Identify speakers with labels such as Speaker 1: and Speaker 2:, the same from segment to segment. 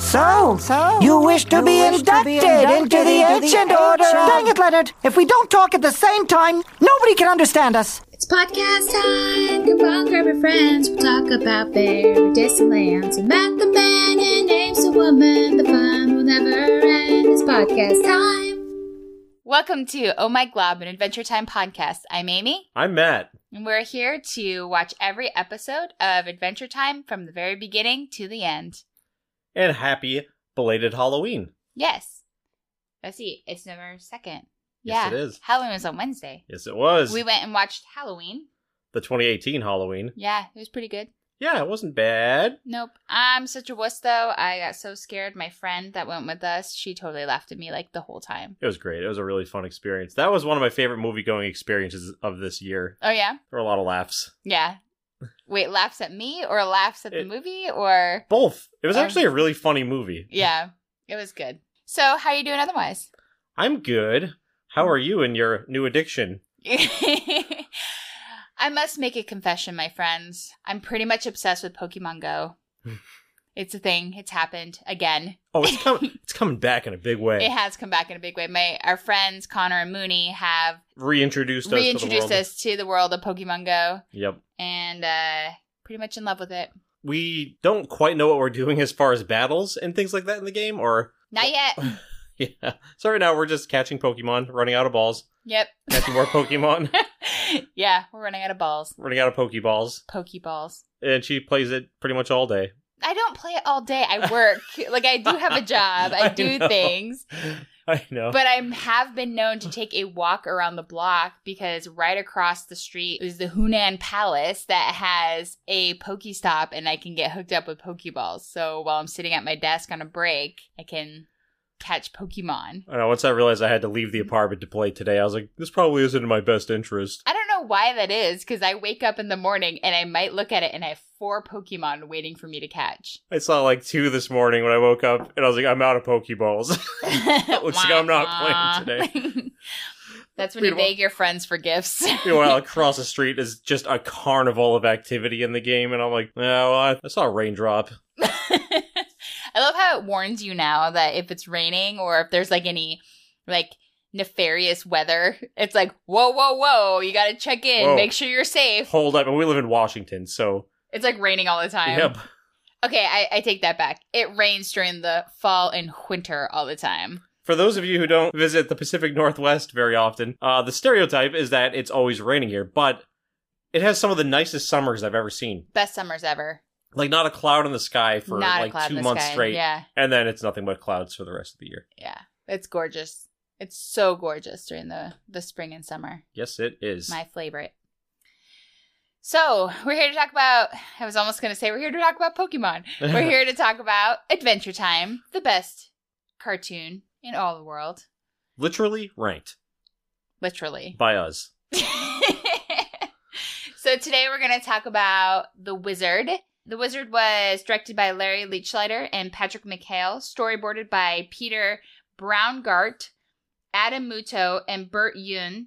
Speaker 1: So, you wish to be inducted into the ancient order? Dang it, Leonard! If we don't talk at the same time, nobody can understand us.
Speaker 2: It's podcast time. Come on, grab your friends. We'll talk about very distant lands. And Matt the man and names the woman. The fun will never end. It's podcast time.
Speaker 3: Welcome to Oh My Glob, an Adventure Time podcast. I'm Amy,
Speaker 4: I'm Matt.
Speaker 3: and we're here to watch every episode of Adventure Time from the very beginning to the end.
Speaker 4: And happy belated Halloween.
Speaker 3: Yes. Let's see, it's November 2nd. Yeah.
Speaker 4: Yes, it is.
Speaker 3: Halloween was on Wednesday.
Speaker 4: Yes, it was.
Speaker 3: We went and watched Halloween.
Speaker 4: the 2018 Halloween.
Speaker 3: Yeah, it was pretty good.
Speaker 4: Yeah, it wasn't bad.
Speaker 3: Nope. I'm such a wuss, though. I got so scared. My friend that went with us, she totally laughed at me like the whole time.
Speaker 4: It was great. It was a really fun experience. That was one of my favorite movie going experiences of this year.
Speaker 3: Oh, yeah?
Speaker 4: There were a lot of laughs.
Speaker 3: Yeah. Wait, laughs at me or laughs at the
Speaker 4: It-
Speaker 3: movie or.
Speaker 4: Both. It was
Speaker 3: Um,
Speaker 4: actually a really funny movie.
Speaker 3: Yeah, it was good. So, how are you doing otherwise?
Speaker 4: I'm good. How are you in your new addiction?
Speaker 3: I must make a confession, my friends. I'm pretty much obsessed with Pokemon Go.
Speaker 4: Hmm.
Speaker 3: it's a thing. It's happened again.
Speaker 4: Oh, it's coming. it's coming back in a big way.
Speaker 3: It has come back in a big way. My our friends Connor and Mooney have
Speaker 4: Reintroduced us. to
Speaker 3: reintroduced
Speaker 4: the world.
Speaker 3: us to the world of Pokemon Go,
Speaker 4: Yep.
Speaker 3: and uh, pretty much in love with it.
Speaker 4: We don't quite know what we're doing as far as battles and things like that in the game, or
Speaker 3: Not yet.
Speaker 4: yeah. So right now we're just catching Pokemon, running out of balls,
Speaker 3: yep.
Speaker 4: catching more Pokemon.
Speaker 3: yeah, we're running out of balls.
Speaker 4: running out of Pokeballs,
Speaker 3: Pokeballs.
Speaker 4: and she plays it pretty much all day.
Speaker 3: I don't play it all day. I work. like I do have a job. I
Speaker 4: I
Speaker 3: do
Speaker 4: know.
Speaker 3: things.
Speaker 4: I know.
Speaker 3: But I have been known to take a walk around the block because right across the street is the Hunan Palace that has a Pokestop and I can get hooked up with Pokeballs. So while I'm sitting at my desk on a break, I can catch Pokemon.
Speaker 4: I know. Once I realized I had to leave the apartment to play today, I was like, "This probably isn't in my best interest."
Speaker 3: I don't know why that is because I wake up in the morning and I might look at it and I have four Pokemon waiting for me to catch.
Speaker 4: I saw like two this morning when I woke up, and I was like, "I'm out of Pokeballs." Looks like Oh, I'm not playing
Speaker 3: today. That's when you
Speaker 4: Meanwhile-
Speaker 3: beg your friends for gifts.
Speaker 4: Meanwhile, across the street is just a carnival of activity in the game, and I'm like, "Oh, I, I saw a raindrop."
Speaker 3: I love how it warns you now that if it's raining or if there's like any like nefarious weather, it's like whoa, whoa, whoa! You got to check in,
Speaker 4: Whoa.
Speaker 3: make sure you're safe.
Speaker 4: Hold up, and we live in Washington, so
Speaker 3: It's like raining all the time.
Speaker 4: yep.
Speaker 3: Okay, I, I take that back. It rains during the fall and winter all the time.
Speaker 4: For those of you who don't visit the Pacific Northwest very often, uh, the stereotype is that it's always raining here, but it has some of the nicest summers I've ever seen.
Speaker 3: Best summers ever.
Speaker 4: like not a cloud in the sky for
Speaker 3: Not a
Speaker 4: like
Speaker 3: cloud in
Speaker 4: two
Speaker 3: the
Speaker 4: months
Speaker 3: sky.
Speaker 4: straight,
Speaker 3: Yeah,
Speaker 4: and then it's nothing but clouds for the rest of the year.
Speaker 3: yeah. It's gorgeous. It's so gorgeous during the the spring and summer.
Speaker 4: Yes, it is.
Speaker 3: my favorite. So we're here to talk about. I was almost going to say we're here to talk about Pokemon. We're here to talk about Adventure Time, the best cartoon in all the world,
Speaker 4: Literally ranked
Speaker 3: literally.
Speaker 4: by us.
Speaker 3: so today we're going to talk about The Wizard. The Wizard was directed by Larry Leachlider and Patrick McHale, storyboarded by Peter Browngart, Adam Muto, and Bert Yoon.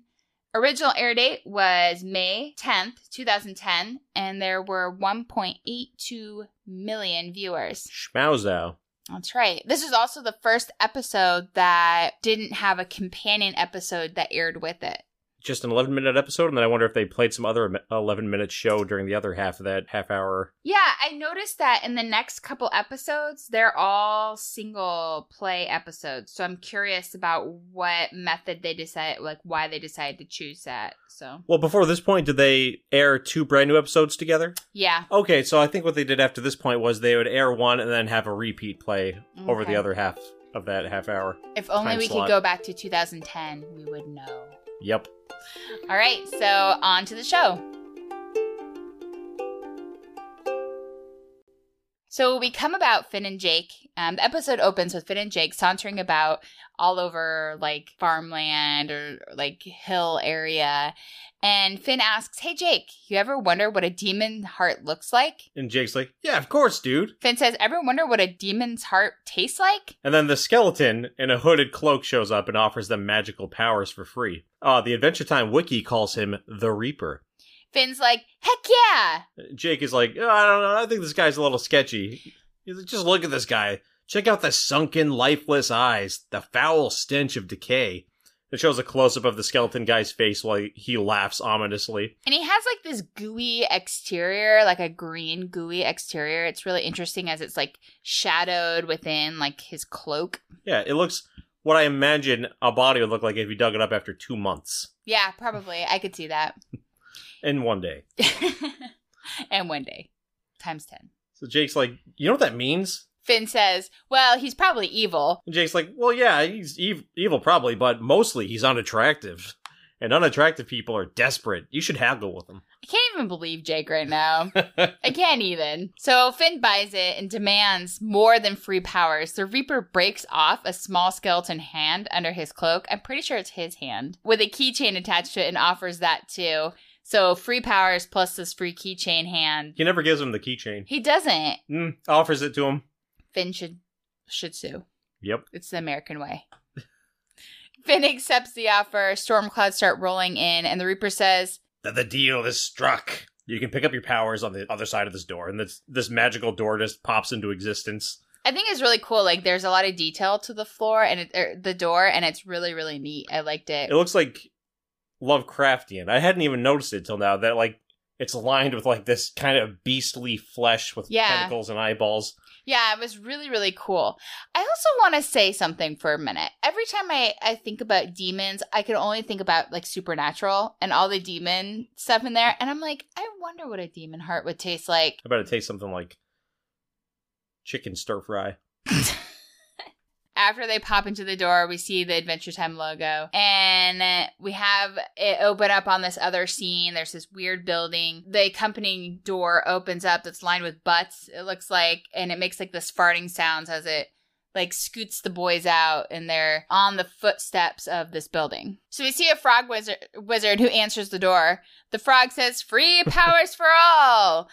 Speaker 3: Original air date was May 10th, 2010, and there were 1.82 million viewers.
Speaker 4: Schmauzow.
Speaker 3: That's right. This is also the first episode that didn't have a companion episode that aired with it.
Speaker 4: Just an 11 minute episode, and then I wonder if they played some other 11 minute show during the other half of that half hour.
Speaker 3: Yeah, I noticed that in the next couple episodes, they're all single play episodes. So I'm curious about what method they decided, like why they decided to choose that. So
Speaker 4: Well, before this point, did they air two brand new episodes together?
Speaker 3: yeah,
Speaker 4: Okay, so I think what they did after this point was they would air one and then have a repeat play over
Speaker 3: Okay.
Speaker 4: the other half of that half hour.
Speaker 3: if only
Speaker 4: Time
Speaker 3: we could
Speaker 4: slot.
Speaker 3: go back to 2010, we would know.
Speaker 4: Yep.
Speaker 3: All right, so on to the show. So we come about Finn and Jake. Um, the episode opens with Finn and Jake sauntering about all over like farmland or like hill area. And Finn asks, Hey Jake, you ever wonder what a demon heart looks like?
Speaker 4: And Jake's like, Yeah, of course, dude.
Speaker 3: Finn says, Ever wonder what a demon's heart tastes like?
Speaker 4: And then the skeleton in a hooded cloak shows up and offers them magical powers for free. Uh, the Adventure Time wiki calls him the Reaper.
Speaker 3: Finn's like, Heck yeah!
Speaker 4: "Uh, Jake is like, "Oh, I don't know. I think this guy's a little sketchy. He's like, just look at this guy. Check out the sunken, lifeless eyes, the foul stench of decay. It shows a close up of the skeleton guy's face while he- he laughs ominously.
Speaker 3: And he has like this gooey exterior, like a green gooey exterior. It's really interesting as it's like shadowed within like his cloak.
Speaker 4: Yeah, it looks what I imagine a body would look like if you dug it up after two months
Speaker 3: Yeah, probably. I could see that.
Speaker 4: in one day.
Speaker 3: and one day, times 10.
Speaker 4: So Jake's like, You know what that means?
Speaker 3: Finn says, Well, he's probably evil.
Speaker 4: And Jake's like, Well, yeah, he's ev- evil probably, but mostly he's unattractive. And unattractive people are desperate. You should haggle with them.
Speaker 3: I can't even believe Jake right now. I can't even. So Finn buys it and demands more than free powers. The Reaper breaks off a small skeleton hand under his cloak. I'm pretty sure it's his hand with a keychain attached to it and offers that too. So free powers plus this free keychain hand.
Speaker 4: He never gives him the keychain.
Speaker 3: He doesn't.
Speaker 4: Mm, offers it to him.
Speaker 3: Finn should should sue.
Speaker 4: Yep.
Speaker 3: It's the American way. Finn accepts the offer. Storm clouds start rolling in, and the Reaper says,
Speaker 4: That the deal is struck. You can pick up your powers on the other side of this door, and this this magical door just pops into existence.
Speaker 3: I think it's really cool. Like, there's a lot of detail to the floor and it, er, the door, and it's really, really neat. I liked it.
Speaker 4: It looks like Lovecraftian. I hadn't even noticed it till now that like it's lined with like this kind of beastly flesh with
Speaker 3: Yeah.
Speaker 4: tentacles and eyeballs.
Speaker 3: Yeah, it was really, really cool. I also want to say something for a minute. Every time I, I think about demons, I can only think about like supernatural and all the demon stuff in there. And I'm like, I wonder what a demon heart would taste like.
Speaker 4: I bet it tastes something like chicken stir fry.
Speaker 3: After they pop into the door, we see the Adventure Time logo, and uh, we have it open up on this other scene. There's this weird building. The accompanying door opens up that's lined with butts, it looks like, and it makes like this farting sounds as it like scoots the boys out and they're on the footsteps of this building. So we see a frog wizard wizard who answers the door. The frog says, "Free powers for all.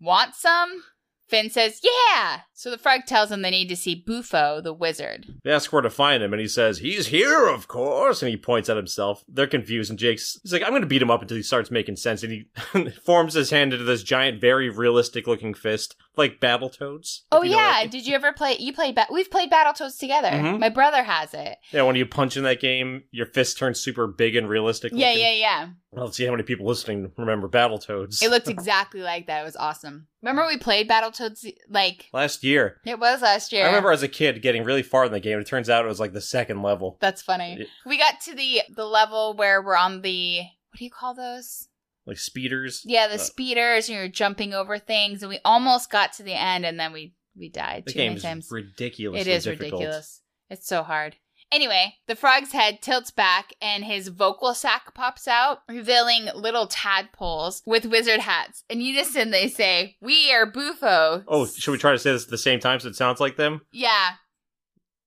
Speaker 3: Want some?" Finn says, "Yeah." So the frog tells them they need to see Bufo, the wizard.
Speaker 4: They ask where to find him, and he says, He's here, of course. And he points at himself. They're confused, and Jake's he's like, I'm going to beat him up until he starts making sense. And he forms his hand into this giant, very realistic looking fist, like Battletoads. if
Speaker 3: Oh
Speaker 4: you know
Speaker 3: yeah,
Speaker 4: that-
Speaker 3: did you ever play? You played. Ba- We've played Battletoads together.
Speaker 4: Mhm.
Speaker 3: My brother has it.
Speaker 4: Yeah, when you punch in that game, your fist turns super big and realistic.
Speaker 3: Yeah,
Speaker 4: looking.
Speaker 3: yeah, yeah.
Speaker 4: Well, let's see how many people listening remember Battletoads.
Speaker 3: It looked exactly like that. It was awesome. Remember we played Battletoads like
Speaker 4: Last year.
Speaker 3: it was last year.
Speaker 4: I remember as a kid getting really far in the game. It turns out it was like the second level.
Speaker 3: That's funny.
Speaker 4: It-
Speaker 3: We got to the the level where we're on the what do you call those?
Speaker 4: Like speeders.
Speaker 3: Yeah, the
Speaker 4: Uh,
Speaker 3: speeders, and you're jumping over things, and we almost got to the end, and then we we died
Speaker 4: The
Speaker 3: too many
Speaker 4: game's
Speaker 3: times.
Speaker 4: ridiculous.
Speaker 3: It is
Speaker 4: difficult.
Speaker 3: ridiculous. It's so hard. Anyway, the frog's head tilts back and his vocal sac pops out, revealing little tadpoles with wizard hats. In unison, they say, We are Bufo.
Speaker 4: Oh, should we try to say this at the same time so it sounds like them?
Speaker 3: Yeah.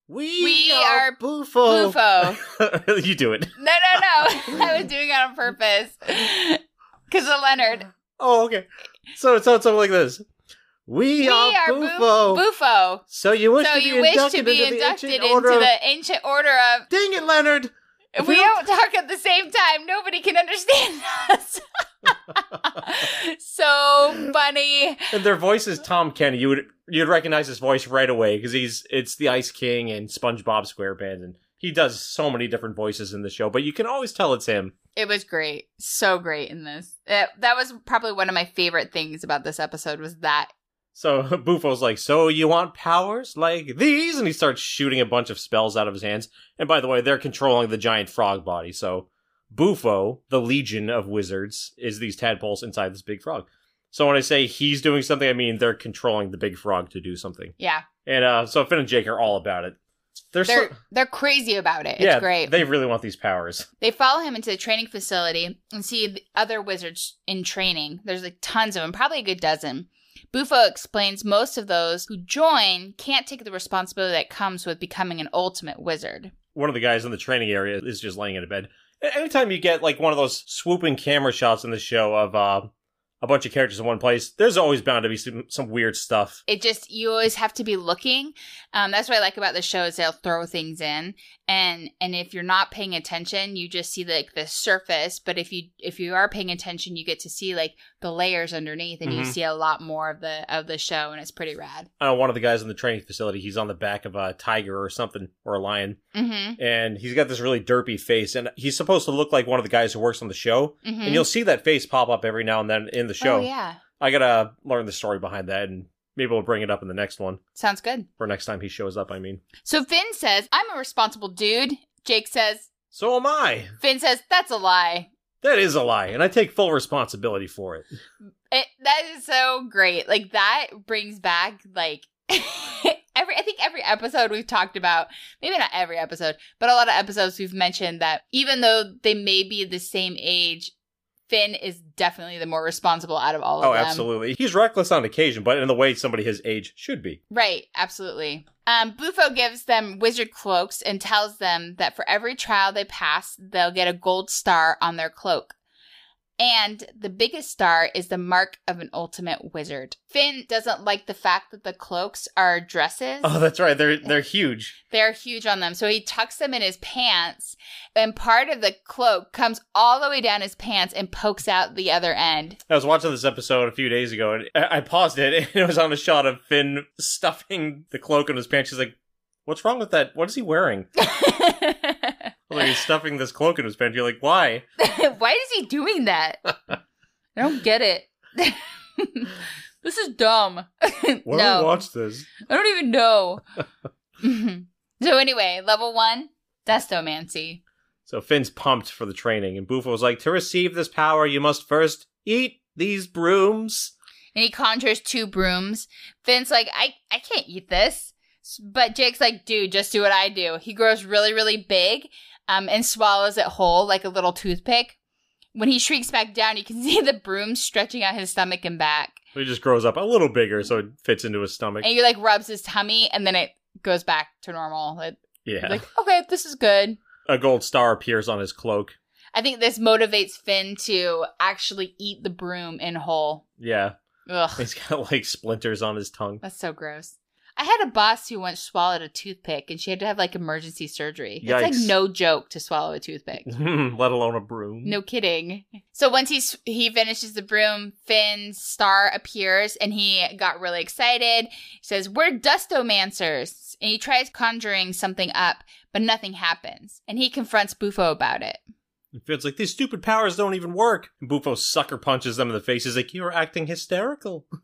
Speaker 4: We,
Speaker 3: We are
Speaker 4: Bufo. you do it.
Speaker 3: No, no, no. I was doing it on purpose. Because of Leonard.
Speaker 4: Oh, okay. So it sounds something like this. We, are,
Speaker 3: Buf-
Speaker 4: Bufo.
Speaker 3: Bufo.
Speaker 4: so you wish
Speaker 3: So
Speaker 4: to be
Speaker 3: you wish to
Speaker 4: inducted
Speaker 3: be
Speaker 4: into the
Speaker 3: inducted
Speaker 4: ancient
Speaker 3: into
Speaker 4: order of-
Speaker 3: the ancient order of.
Speaker 4: Dang it, Leonard!
Speaker 3: If
Speaker 4: We
Speaker 3: we don't talk at the same time, nobody can understand us. so funny.
Speaker 4: And their voice is Tom Kenny. You would you'd recognize his voice right away because he's it's the Ice King and SpongeBob SquarePants, and he does so many different voices in the show. But you can always tell it's him.
Speaker 3: It was great. So great in this. That that was probably one of my favorite things about this episode was that.
Speaker 4: So Bufo's like, "So you want powers like these?" And he starts shooting a bunch of spells out of his hands. And by the way, they're controlling the giant frog body. So Bufo, the legion of wizards, is these tadpoles inside this big frog. So when I say he's doing something, I mean they're controlling the big frog to do something.
Speaker 3: Yeah.
Speaker 4: And uh, so Finn and Jake are all about it. They're, so-
Speaker 3: They're they're crazy about it. It's
Speaker 4: yeah,
Speaker 3: great.
Speaker 4: They really want these powers.
Speaker 3: They follow him into the training facility and see the other wizards in training. There's like tons of them, probably a good dozen. Bufo explains most of those who join can't take the responsibility that comes with becoming an ultimate wizard.
Speaker 4: One of the guys in the training area is just laying in a bed. A- Anytime you get like one of those swooping camera shots in the show of uh, a bunch of characters in one place, there's always bound to be some, some weird stuff.
Speaker 3: It just you always have to be looking. Um, that's what I like about the show is they'll throw things in, and and if you're not paying attention you just see like the surface but if you if you are paying attention you get to see like the layers underneath and you
Speaker 4: Mhm.
Speaker 3: see a lot more of the of the show and it's pretty rad
Speaker 4: Uh, one of the guys in the training facility, he's on the back of a tiger or something or a lion,
Speaker 3: mm-hmm,
Speaker 4: and he's got this really derpy face, and he's supposed to look like one of the guys who works on the show.
Speaker 3: mm-hmm.
Speaker 4: And you'll see that face pop up every now and then in the show.
Speaker 3: oh yeah
Speaker 4: I gotta learn the story behind that, and maybe we'll bring it up in the next one
Speaker 3: sounds good
Speaker 4: or next time he shows up. I mean,
Speaker 3: so finn says i'm a responsible dude jake says
Speaker 4: so am I.
Speaker 3: finn says that's a lie
Speaker 4: That is a lie, and I take full responsibility for it.
Speaker 3: it, that is so great like that brings back like every i think every episode we've talked about maybe not every episode but a lot of episodes we've mentioned that even though they may be the same age finn is definitely the more responsible out of all of
Speaker 4: Oh,
Speaker 3: them
Speaker 4: absolutely. He's reckless on occasion, but in the way somebody his age should be.
Speaker 3: Right, absolutely. Um, Bufo gives them wizard cloaks and tells them that for every trial they pass, they'll get a gold star on their cloak. And the biggest star is the mark of an ultimate wizard. Finn doesn't like the fact that the cloaks are dresses.
Speaker 4: Oh, that's right. They're they're huge.
Speaker 3: They're huge on them. So he tucks them in his pants, and part of the cloak comes all the way down his pants and pokes out the other end.
Speaker 4: I was watching this episode a few days ago, and I I paused it, and it was on a shot of Finn stuffing the cloak in his pants. She's like, "What's wrong with that? What is he wearing?" I'm Like he's stuffing this cloak in his pants. You're like, "Why?"
Speaker 3: Why is he doing that? I don't get it. this is dumb. no,
Speaker 4: watch this.
Speaker 3: I don't even know. so anyway, level one, destomancy.
Speaker 4: So Finn's pumped for the training, and Bufo's like, "To receive this power, you must first eat these brooms."
Speaker 3: And he conjures two brooms. Finn's like, I, I can't eat this. S- But Jake's like, dude, just do what I do. He grows really, really big um, and swallows it whole like a little toothpick. When he shrieks back down, you can see the broom stretching out his stomach and back.
Speaker 4: He just grows up a little bigger, so it fits into his stomach.
Speaker 3: and he like rubs his tummy and then it goes back to normal It-
Speaker 4: Yeah,
Speaker 3: like okay this is good
Speaker 4: a gold star appears on his cloak.
Speaker 3: i think this motivates finn to actually eat the broom in whole
Speaker 4: Yeah,
Speaker 3: ugh
Speaker 4: he's got like splinters on his tongue.
Speaker 3: that's so gross i had a boss who once swallowed a toothpick and she had to have like emergency surgery it's
Speaker 4: Yikes.
Speaker 3: like no joke to swallow a toothpick
Speaker 4: Let alone a broom.
Speaker 3: no kidding so once he's he finishes the broom finn's star appears and he got really excited he says we're dustomancers and he tries conjuring something up but nothing happens and he confronts bufo about it
Speaker 4: It feels like these stupid powers don't even work. And Bufo sucker punches them in the face. He's like, "You are acting hysterical."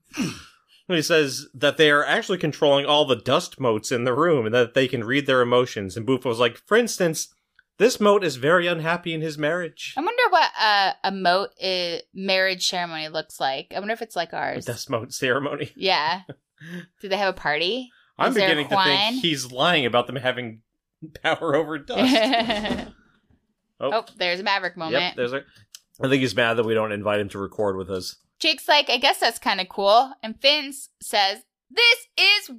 Speaker 4: And he says that they are actually controlling all the dust motes in the room, and that they can read their emotions. And Bufo's like, "For instance, this mote is very unhappy in his marriage."
Speaker 3: i wonder what uh, a moat i- marriage ceremony looks like i wonder if it's like
Speaker 4: A
Speaker 3: ours
Speaker 4: dust mote ceremony.
Speaker 3: yeah do they have a party
Speaker 4: I'm
Speaker 3: there
Speaker 4: beginning to
Speaker 3: wine?
Speaker 4: think he's lying about them having power over dust.
Speaker 3: oh. there's a maverick moment
Speaker 4: Yep, there's a. I think he's mad that we don't invite him to record with us.
Speaker 3: Jake's like, I guess that's kind of cool. And Finn s- says, This is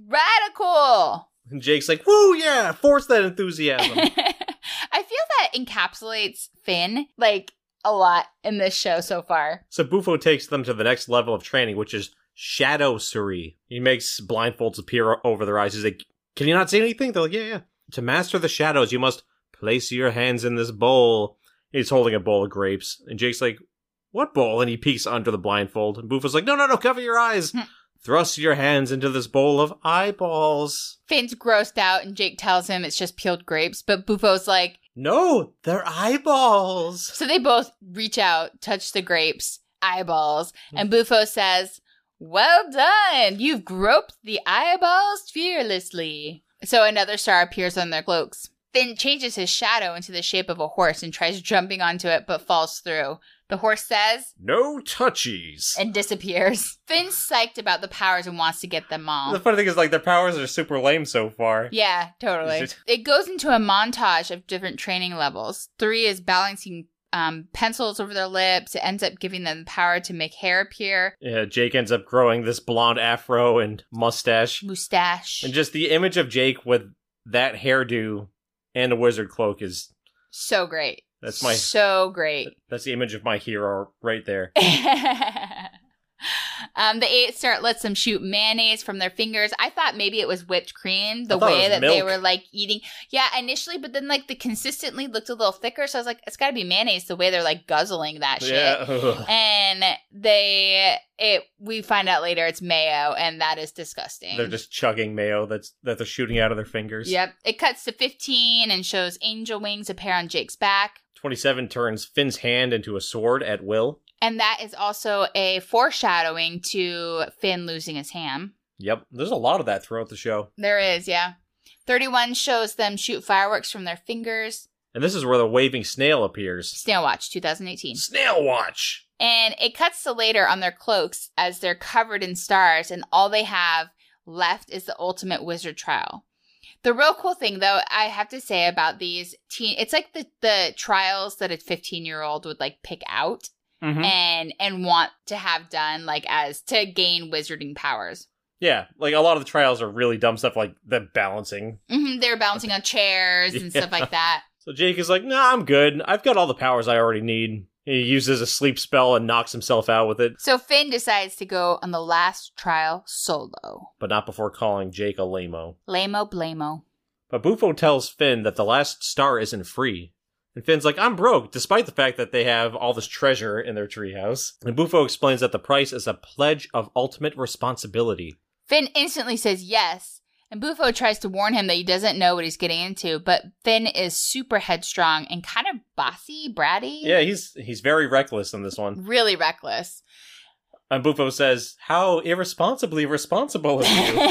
Speaker 3: radical.
Speaker 4: And Jake's like, "Woo, yeah, force that enthusiasm."
Speaker 3: I feel that encapsulates Finn like a lot in this show so far.
Speaker 4: So Bufo takes them to the next level of training, which is shadow suri. He makes blindfolds appear over their eyes. He's like, "Can you not see anything?" They're like, "Yeah, yeah." To master the shadows, you must place your hands in this bowl. He's holding a bowl of grapes, and Jake's like, "What bowl?" And he peeks under the blindfold. And Bufo's like, "No, no, no! Cover your eyes. Thrust your hands into this bowl of eyeballs."
Speaker 3: Finn's grossed out, and Jake tells him it's just peeled grapes. But Bufo's like,
Speaker 4: No, they're eyeballs.
Speaker 3: So they both reach out, touch the grapes, eyeballs. And Bufo says, Well done. You've groped the eyeballs fearlessly. So another star appears on their cloaks. Finn changes his shadow into the shape of a horse and tries jumping onto it, but falls through. The horse says,
Speaker 4: No touchies.
Speaker 3: and disappears. Finn's psyched about the powers and wants to get them all.
Speaker 4: The funny thing is, like, their powers are super lame so far.
Speaker 3: Yeah, totally.
Speaker 4: Is
Speaker 3: It goes into a montage of different training levels. Three is balancing um, pencils over their lips. It ends up giving them the power to make hair appear,
Speaker 4: Yeah, Jake ends up growing this blonde afro and mustache.
Speaker 3: mustache.
Speaker 4: And just the image of Jake with that hairdo and a wizard cloak is
Speaker 3: so great.
Speaker 4: That's my-
Speaker 3: So great.
Speaker 4: that's the image of my hero right there.
Speaker 3: Um, the eight start lets them shoot mayonnaise from their fingers. I thought maybe it was whipped cream, the
Speaker 4: I thought it
Speaker 3: way
Speaker 4: was
Speaker 3: that they
Speaker 4: milk.
Speaker 3: were like eating. Yeah, initially, but then like the consistently looked a little thicker. So I was like, it's got to be mayonnaise. The way they're like guzzling that shit.
Speaker 4: Yeah. ugh.
Speaker 3: And they, it, we find out later it's mayo, and that is disgusting.
Speaker 4: They're just chugging mayo that's that they're shooting out of their fingers.
Speaker 3: Yep. It cuts to 15 and shows angel wings appear on Jake's back.
Speaker 4: Twenty-seven turns Finn's hand into a sword at will.
Speaker 3: And that is also a foreshadowing to Finn losing his ham.
Speaker 4: Yep. There's a lot of that throughout the show.
Speaker 3: There is, yeah. 31 shows them shoot fireworks from their fingers.
Speaker 4: And this is where the waving snail appears.
Speaker 3: Snail Watch 2018.
Speaker 4: Snail watch.
Speaker 3: And it cuts to later on their cloaks as they're covered in stars, and all they have left is the ultimate wizard trial. The real cool thing, though, I have to say about these teen, it's like the, the trials that a 15 year old would like pick out
Speaker 4: Mm-hmm.
Speaker 3: and and want to have done, like as to gain wizarding powers.
Speaker 4: Yeah, like a lot of the trials are really dumb stuff, like the balancing.
Speaker 3: hmm they're bouncing on chairs and stuff like that.
Speaker 4: So Jake is like, "Nah, I'm good. I've got all the powers I already need." He uses a sleep spell and knocks himself out with it,
Speaker 3: So Finn decides to go on the last trial solo.
Speaker 4: but not before calling Jake a lameo.
Speaker 3: Lamo blamo.
Speaker 4: But Bufo tells Finn that the last star isn't free. And Finn's like, I'm broke, despite the fact that they have all this treasure in their treehouse. And Bufo explains that the price is a pledge of ultimate responsibility.
Speaker 3: Finn instantly says yes, and Bufo tries to warn him that he doesn't know what he's getting into, but Finn is super headstrong and kind of bossy, bratty.
Speaker 4: Yeah, he's he's very reckless in this one.
Speaker 3: Really reckless.
Speaker 4: And Bufo says, How irresponsibly responsible of you.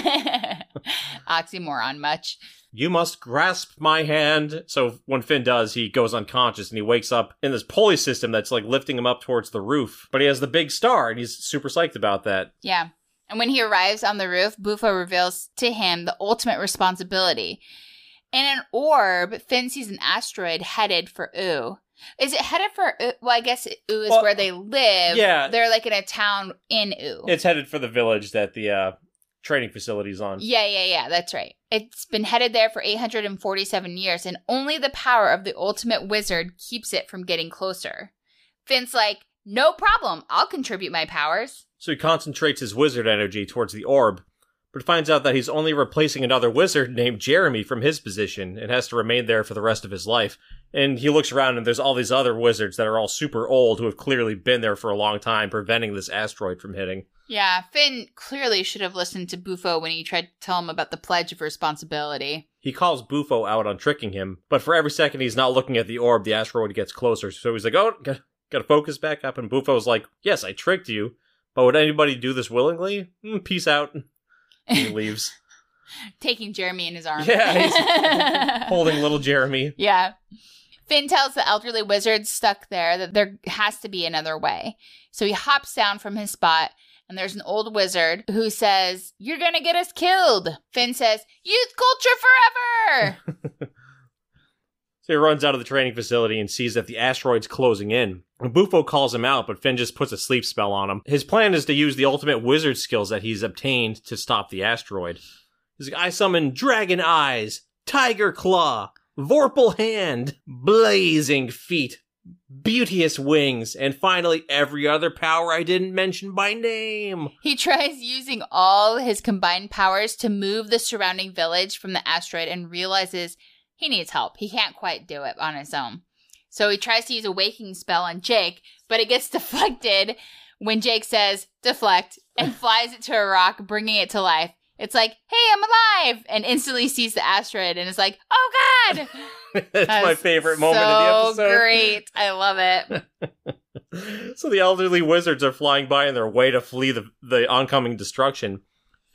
Speaker 3: Oxymoron much.
Speaker 4: you must grasp my hand. So when Finn does, he goes unconscious and he wakes up in this pulley system that's like lifting him up towards the roof. But he has the big star and he's super psyched about that.
Speaker 3: Yeah. And when he arrives on the roof, Bufo reveals to him the ultimate responsibility. In an orb, Finn sees an asteroid headed for U. Is it headed for U? Well, I guess U is
Speaker 4: Well,
Speaker 3: where they live.
Speaker 4: yeah.
Speaker 3: They're like in a town in U.
Speaker 4: It's headed for the village that the uh, training facility's on.
Speaker 3: Yeah, yeah, yeah, that's right. It's been headed there for 847 years, and only the power of the ultimate wizard keeps it from getting closer. Finn's like, no problem, I'll contribute my powers.
Speaker 4: So he concentrates his wizard energy towards the orb, but finds out that he's only replacing another wizard named Jeremy from his position and has to remain there for the rest of his life. And he looks around and there's all these other wizards that are all super old who have clearly been there for a long time, preventing this asteroid from hitting.
Speaker 3: Yeah, Finn clearly should have listened to Bufo when he tried to tell him about the Pledge of Responsibility.
Speaker 4: He calls Bufo out on tricking him, but for every second he's not looking at the orb, the asteroid gets closer. So he's like, oh, got to focus back up. And Bufo's like, yes, I tricked you, but would anybody do this willingly? Mm, peace out. He leaves.
Speaker 3: Taking Jeremy in his arms.
Speaker 4: Yeah, holding little Jeremy.
Speaker 3: Yeah. Finn tells the elderly wizard stuck there that there has to be another way. So he hops down from his spot, and there's an old wizard who says, You're going to get us killed. Finn says, Youth culture forever.
Speaker 4: So he runs out of the training facility and sees that the asteroid's closing in. And Bufo calls him out, but Finn just puts a sleep spell on him. His plan is to use the ultimate wizard skills that he's obtained to stop the asteroid. He's like, I summon Dragon Eyes, Tiger Claw, Vorpal Hand, Blazing Feet, Beauteous Wings, and finally every other power I didn't mention by name.
Speaker 3: he tries using all his combined powers to move the surrounding village from the asteroid and realizes he needs help. He can't quite do it on his own. So he tries to use a waking spell on Jake, but it gets deflected when Jake says deflect and flies it to a rock, bringing it to life. It's like, hey, I'm alive! And instantly sees the asteroid and is like, oh god!
Speaker 4: That's my
Speaker 3: That's
Speaker 4: favorite moment
Speaker 3: so
Speaker 4: of the episode.
Speaker 3: great. I love it.
Speaker 4: so the elderly wizards are flying by on their way to flee the, the oncoming destruction.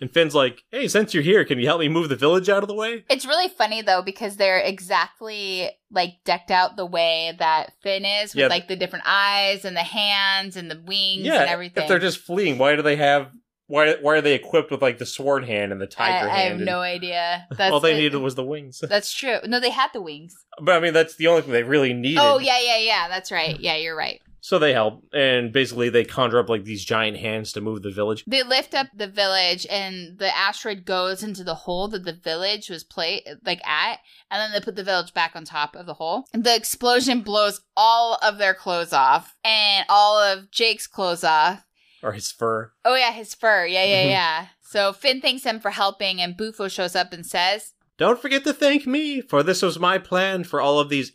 Speaker 4: And Finn's like, hey, since you're here, can you help me move the village out of the way?
Speaker 3: It's really funny though because they're exactly like decked out the way that Finn is with
Speaker 4: Yeah.
Speaker 3: like the different eyes and the hands and the wings and everything.
Speaker 4: if they're just fleeing, why do they have why why are they equipped with like the sword hand and the tiger
Speaker 3: I, I have
Speaker 4: hand? and-
Speaker 3: no idea. That's
Speaker 4: all they
Speaker 3: the-
Speaker 4: needed was the wings.
Speaker 3: That's true. No, they had the wings.
Speaker 4: But I mean, that's the only thing they really needed.
Speaker 3: Oh yeah, yeah, yeah. That's right. Yeah, you're right.
Speaker 4: So they help, and basically they conjure up like these giant hands to move the village.
Speaker 3: They lift up the village, and the asteroid goes into the hole that the village was played like at, and then they put the village back on top of the hole. The explosion blows all of their clothes off, and all of Jake's clothes off,
Speaker 4: or his fur.
Speaker 3: Oh yeah, his fur. Yeah, yeah,
Speaker 4: Mhm.
Speaker 3: yeah. So Finn thanks him for helping, and Bufo shows up and says,
Speaker 4: Don't forget to thank me, for this was my plan for all of these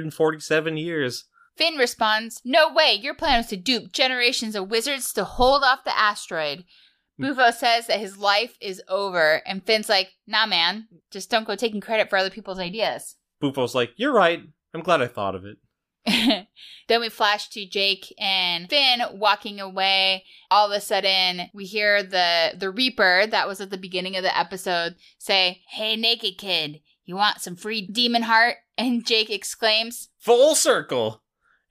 Speaker 4: 847 years.
Speaker 3: Finn responds, No way, your plan was to dupe generations of wizards to hold off the asteroid. Bufo says that his life is over, and Finn's like, Nah, man, just don't go taking credit for other people's ideas.
Speaker 4: Bufo's like, You're right. I'm glad I thought of it.
Speaker 3: then we flash to Jake and Finn walking away. All of a sudden, we hear the the Reaper that was at the beginning of the episode say, "Hey, naked kid, you want some free demon heart?" And Jake exclaims,
Speaker 4: Full circle.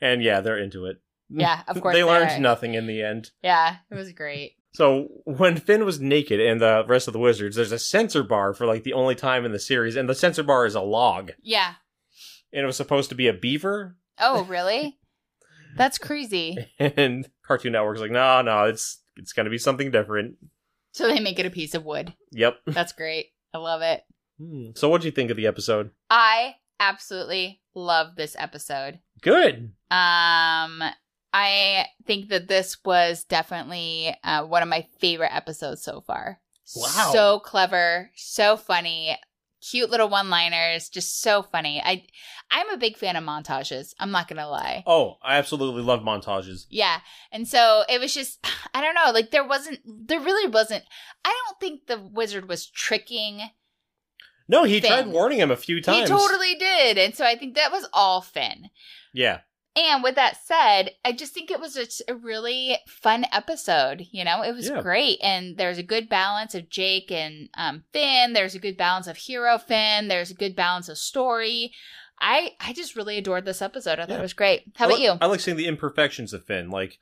Speaker 4: And yeah, they're into it.
Speaker 3: "Yeah, of course
Speaker 4: they learned
Speaker 3: are.
Speaker 4: nothing in the end.
Speaker 3: Yeah, it was great."
Speaker 4: So when Finn was naked and the rest of the wizards, there's a censor bar for like the only time in the series, and the censor bar is a log,
Speaker 3: Yeah.
Speaker 4: and it was supposed to be a beaver,
Speaker 3: Oh, really? That's crazy.
Speaker 4: and Cartoon Network's like, no, no, it's it's gonna be something different.
Speaker 3: So they make it a piece of wood.
Speaker 4: Yep.
Speaker 3: That's great. I love it.
Speaker 4: Hmm. So what'd you think of the episode?
Speaker 3: I absolutely love this episode.
Speaker 4: Good.
Speaker 3: Um I think that this was definitely uh, one of my favorite episodes so far.
Speaker 4: Wow.
Speaker 3: So clever, so funny, cute little one-liners, just so funny. I I'm a big fan of montages. I'm not going to lie.
Speaker 4: Oh, I absolutely love montages.
Speaker 3: Yeah. And so it was just, I don't know, like there wasn't, there really wasn't, I don't think the wizard was tricking.
Speaker 4: No, he
Speaker 3: Finn.
Speaker 4: tried warning him a few times.
Speaker 3: He totally did. And so I think that was all Finn.
Speaker 4: Yeah.
Speaker 3: And with that said, I just think it was just a really fun episode. You know, it was
Speaker 4: Yeah.
Speaker 3: great. And there's a good balance of Jake and um, Finn. There's a good balance of hero Finn. There's a good balance of story. I, I just really adored this episode. I thought
Speaker 4: Yeah.
Speaker 3: it was great. How
Speaker 4: I
Speaker 3: about
Speaker 4: li-
Speaker 3: you?
Speaker 4: I like seeing the imperfections of Finn. Like,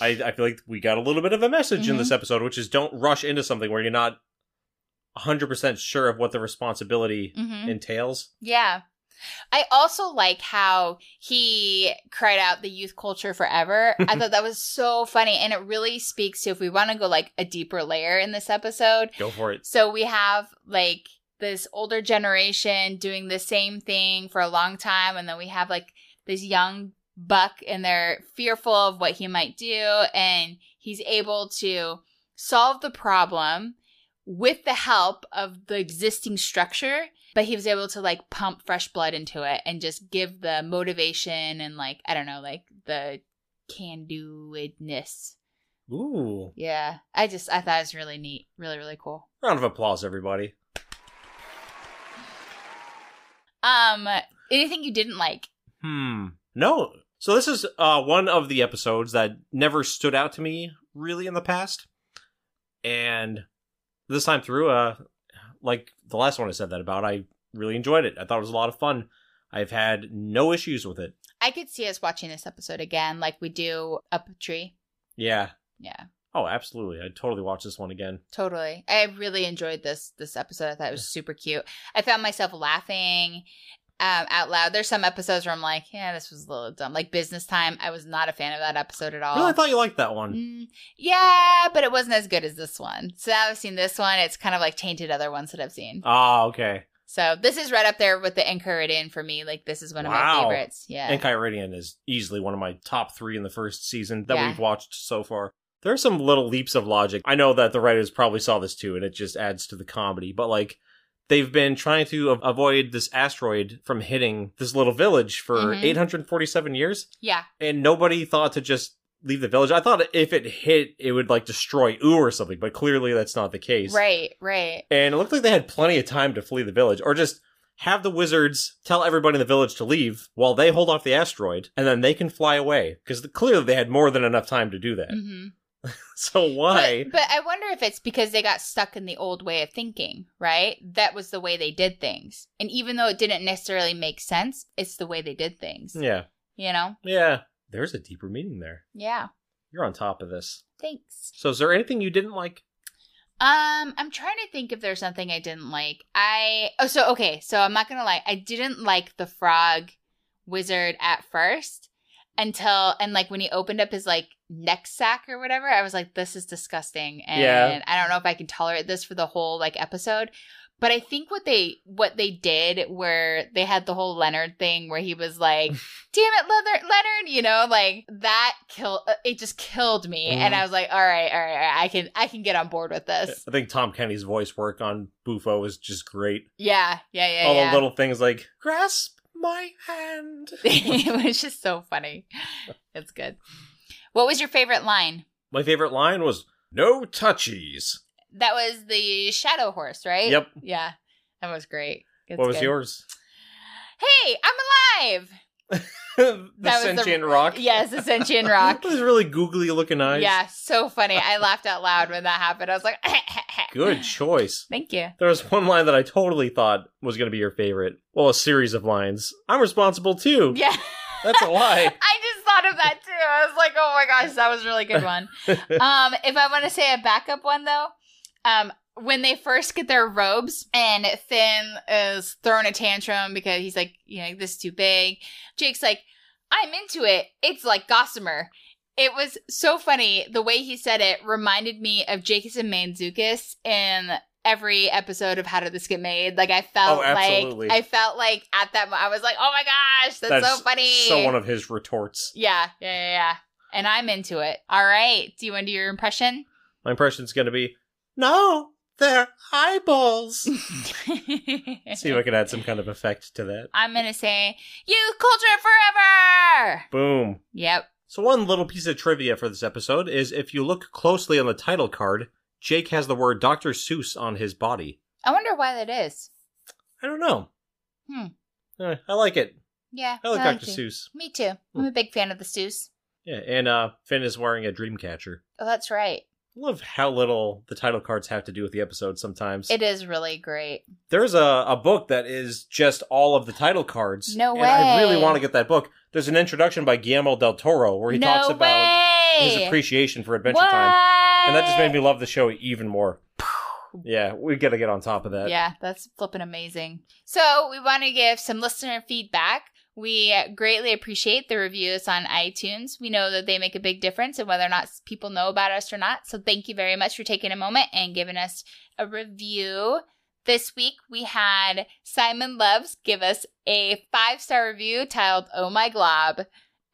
Speaker 4: I, I feel like we got a little bit of a message in
Speaker 3: Mm-hmm.
Speaker 4: this episode, which is don't rush into something where you're not 100% sure of what the responsibility
Speaker 3: mm-hmm.
Speaker 4: entails.
Speaker 3: Yeah. I also like how he cried out the youth culture forever. I thought that was so funny. And it really speaks to if we want to go like a deeper layer in this episode.
Speaker 4: Go for it.
Speaker 3: So we have like this older generation doing the same thing for a long time. And then we have like this young buck and they're fearful of what he might do. And he's able to solve the problem with the help of the existing structure. But he was able to like pump fresh blood into it and just give the motivation and like, I don't know, like the can do itness.
Speaker 4: Ooh.
Speaker 3: Yeah. I just, I thought it was really neat. Really, really cool.
Speaker 4: Round of applause, everybody.
Speaker 3: Um, anything you didn't like?
Speaker 4: Hmm. No. So this is uh, one of the episodes that never stood out to me really in the past, and this time through, uh, like the last one I said that about, I really enjoyed it. I thought it was a lot of fun. I've had no issues with it.
Speaker 3: I could see us watching this episode again, like we do Up a Tree.
Speaker 4: Yeah.
Speaker 3: Yeah,
Speaker 4: Oh, absolutely. I'd totally watch this one again.
Speaker 3: totally. I really enjoyed this this episode. I thought it was super cute. I found myself laughing um, out loud. There's some episodes where I'm like, yeah, this was a little dumb. Like Business Time, I was not a fan of that episode at all.
Speaker 4: Really, I thought you liked that one.
Speaker 3: Mm, yeah, but it wasn't as good as this one. So now I've seen this one. It's kind of like tainted other ones that I've seen.
Speaker 4: Ah, okay.
Speaker 3: So this is right up there with the Anchor It In for me. Like this is one of my
Speaker 4: Wow.
Speaker 3: favorites. Yeah.
Speaker 4: And Kyridian is easily one of my top three in the first season that
Speaker 3: Yeah.
Speaker 4: we've watched so far. There are some little leaps of logic. I know that the writers probably saw this too, and it just adds to the comedy, but like, they've been trying to a- avoid this asteroid from hitting this little village for
Speaker 3: Mhm.
Speaker 4: 847 years,
Speaker 3: yeah.
Speaker 4: and nobody thought to just leave the village. I thought if it hit, it would like destroy U or something, but clearly that's not the case.
Speaker 3: Right. Right.
Speaker 4: And it looked like they had plenty of time to flee the village, or just have the wizards tell everybody in the village to leave while they hold off the asteroid, and then they can fly away. Because clearly they had more than enough time to do that.
Speaker 3: hmm
Speaker 4: So why?
Speaker 3: But, but I wonder if it's because they got stuck in the old way of thinking, right? That was the way they did things. And even though it didn't necessarily make sense, it's the way they did things.
Speaker 4: yeah,
Speaker 3: You know?
Speaker 4: yeah. There's a deeper meaning there.
Speaker 3: Yeah.
Speaker 4: You're on top of this.
Speaker 3: Thanks.
Speaker 4: So is there anything you didn't like?
Speaker 3: Um, I'm trying to think if there's something I didn't like. I oh so okay, so I'm not gonna lie, I didn't like the frog wizard at first until and like when he opened up his like neck sack or whatever, I was like, this is disgusting, and
Speaker 4: Yeah.
Speaker 3: I don't know if I can tolerate this for the whole like episode. But I think what they what they did where they had the whole Leonard thing where he was like, "Damn it, Leonard, Leonard," you know, like that kill uh, it just killed me, and I was like, "All right, all right, all right, I can I can get on board with this."
Speaker 4: I think Tom Kenny's voice work on Bufo is just great.
Speaker 3: Yeah, yeah, yeah.
Speaker 4: All
Speaker 3: yeah.
Speaker 4: the little things like grasp my hand.
Speaker 3: it was just so funny. It's good. What was your favorite line?
Speaker 4: My favorite line was no touchies.
Speaker 3: That was the shadow horse, right?
Speaker 4: Yep.
Speaker 3: Yeah, that was great. It's
Speaker 4: what was
Speaker 3: good.
Speaker 4: yours?
Speaker 3: Hey, I'm alive.
Speaker 4: the
Speaker 3: That was the-
Speaker 4: sentient rock.
Speaker 3: Yes, the sentient rock.
Speaker 4: Those really googly looking eyes.
Speaker 3: Yeah, so funny. I laughed out loud when that happened. I was like,
Speaker 4: Good choice.
Speaker 3: Thank you.
Speaker 4: There was one line that I totally thought was going to be your favorite. Well, a series of lines. I'm responsible too.
Speaker 3: Yeah.
Speaker 4: That's a lie.
Speaker 3: I just thought of that too. I was like, oh my gosh, that was a really good one. um, if I want to say a backup one though, um, when they first get their robes and Finn is throwing a tantrum because he's like, you know, this is too big. Jake's like, I'm into it. It's like Gossamer. It was so funny. The way he said it reminded me of Jason Manzukis in every episode of How Did This Get Made. Like I felt
Speaker 4: Oh, absolutely.
Speaker 3: like I felt like at that moment I was like, oh my gosh, that's, so funny.
Speaker 4: So one of his retorts.
Speaker 3: Yeah, yeah, yeah, yeah. And I'm into it. All right. Do you want to do your impression?
Speaker 4: My impression's going to be, no, they're eyeballs. See if I could add some kind of effect to that.
Speaker 3: I'm going to say, youth culture forever.
Speaker 4: Boom.
Speaker 3: Yep.
Speaker 4: So one little piece of trivia for this episode is if you look closely on the title card, Jake has the word Dr. Seuss on his body.
Speaker 3: I wonder why that is.
Speaker 4: I don't know.
Speaker 3: Hmm.
Speaker 4: Eh, I like it.
Speaker 3: Yeah.
Speaker 4: I like Dr.
Speaker 3: it.
Speaker 4: Seuss. Mm.
Speaker 3: Me too. I'm a big fan of the Seuss.
Speaker 4: Yeah, and uh, Finn is wearing a dream catcher.
Speaker 3: Oh, that's right.
Speaker 4: I love how little the title cards have to do with the episode sometimes.
Speaker 3: It is really great.
Speaker 4: There's a, a book that is just all of the title cards.
Speaker 3: No
Speaker 4: And I really
Speaker 3: way.
Speaker 4: want to get that book. There's an introduction by Guillermo del Toro where he
Speaker 3: no
Speaker 4: talks about
Speaker 3: way.
Speaker 4: his appreciation for Adventure Time. And that just made me love the show even more. yeah, we got to get on top of that.
Speaker 3: Yeah, that's flipping amazing. So, we want to give some listener feedback. We greatly appreciate the reviews on iTunes. We know that they make a big difference in whether or not people know about us or not. So, thank you very much for taking a moment and giving us a review. This week, we had Simon Loves give us a five star review titled Oh My Glob.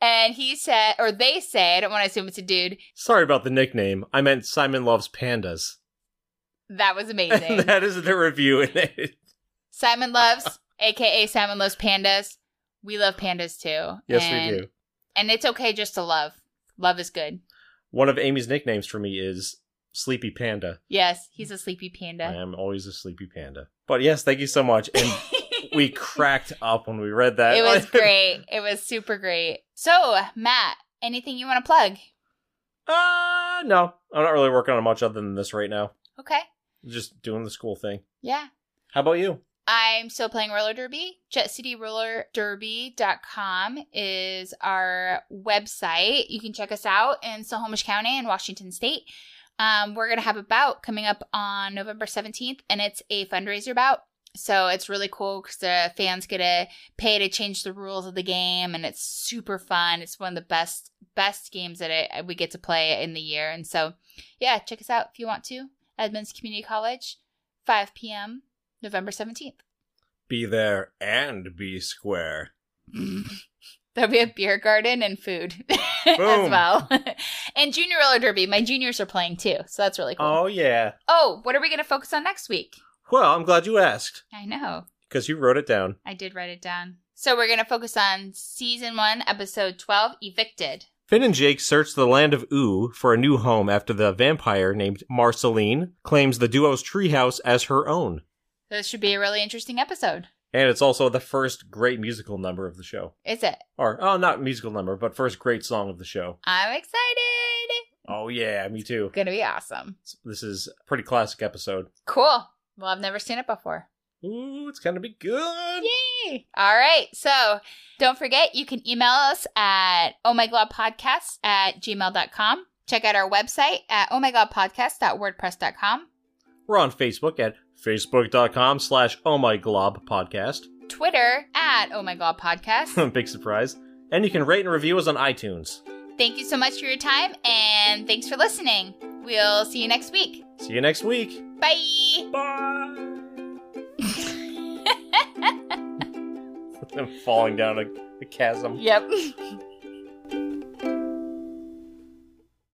Speaker 3: And he said, or they say, I don't want to assume it's a dude,
Speaker 4: Sorry about the nickname. I meant Simon loves pandas.
Speaker 3: that was amazing.
Speaker 4: And that is the review. And it-
Speaker 3: Simon loves, aka Simon loves pandas. We love pandas too.
Speaker 4: yes,
Speaker 3: and,
Speaker 4: we do.
Speaker 3: And it's okay just to love. Love is good.
Speaker 4: One of Amy's nicknames for me is Sleepy Panda.
Speaker 3: Yes, he's a sleepy panda.
Speaker 4: I am always a sleepy panda. But yes, thank you so much. And we cracked up when we read that.
Speaker 3: It was great. It was super great. So, Matt, anything you want to plug?
Speaker 4: uh, no, I'm not really working on much other than this right now.
Speaker 3: Okay.
Speaker 4: Just doing the school thing.
Speaker 3: Yeah.
Speaker 4: How about you?
Speaker 3: I'm still playing roller derby. JetCityRollerDerby.com is our website. You can check us out in Snohomish County in Washington State. Um, we're going to have a bout coming up on November 17th, and it's a fundraiser bout. So it's really cool because the fans get to pay to change the rules of the game, and it's super fun. It's one of the best best games that it, we get to play in the year. And so, yeah, check us out if you want to. Edmonds Community College, 5 p.m. November 17th.
Speaker 4: Be there and be square.
Speaker 3: There'll be a beer garden and food as
Speaker 4: Boom.
Speaker 3: well. and junior roller derby. My juniors are playing too. So that's really cool.
Speaker 4: Oh, yeah.
Speaker 3: oh, what are we going to focus on next week?
Speaker 4: Well, I'm glad you asked
Speaker 3: I know.
Speaker 4: because you wrote it down.
Speaker 3: I did write it down. So we're going to focus on season one, episode 12, Evicted.
Speaker 4: Finn and Jake search the land of Oo for a new home after the vampire named Marceline claims the duo's treehouse as her own.
Speaker 3: This should be a really interesting episode.
Speaker 4: And it's also the first great musical number of the show.
Speaker 3: Is it?
Speaker 4: Or, oh, not musical number, but first great song of the show.
Speaker 3: I'm excited.
Speaker 4: Oh, yeah, me too.
Speaker 3: Going to be awesome.
Speaker 4: This is a pretty classic episode.
Speaker 3: Cool. Well, I've never seen it before.
Speaker 4: Ooh, it's gonna be good.
Speaker 3: Yay! All right. So don't forget, you can email us at ohmygodpodcast at gmail.com. Check out our website at ohmygodpodcast.wordpress.com.
Speaker 4: We're on Facebook at facebook.com slash oh my glob podcast.
Speaker 3: Twitter at ohmygodpodcast.
Speaker 4: Big surprise. And you can rate and review us on iTunes.
Speaker 3: Thank you so much for your time and thanks for listening. We'll see you next week.
Speaker 4: See you next week.
Speaker 3: Bye.
Speaker 4: Bye. I'm falling down a, a chasm.
Speaker 3: Yep.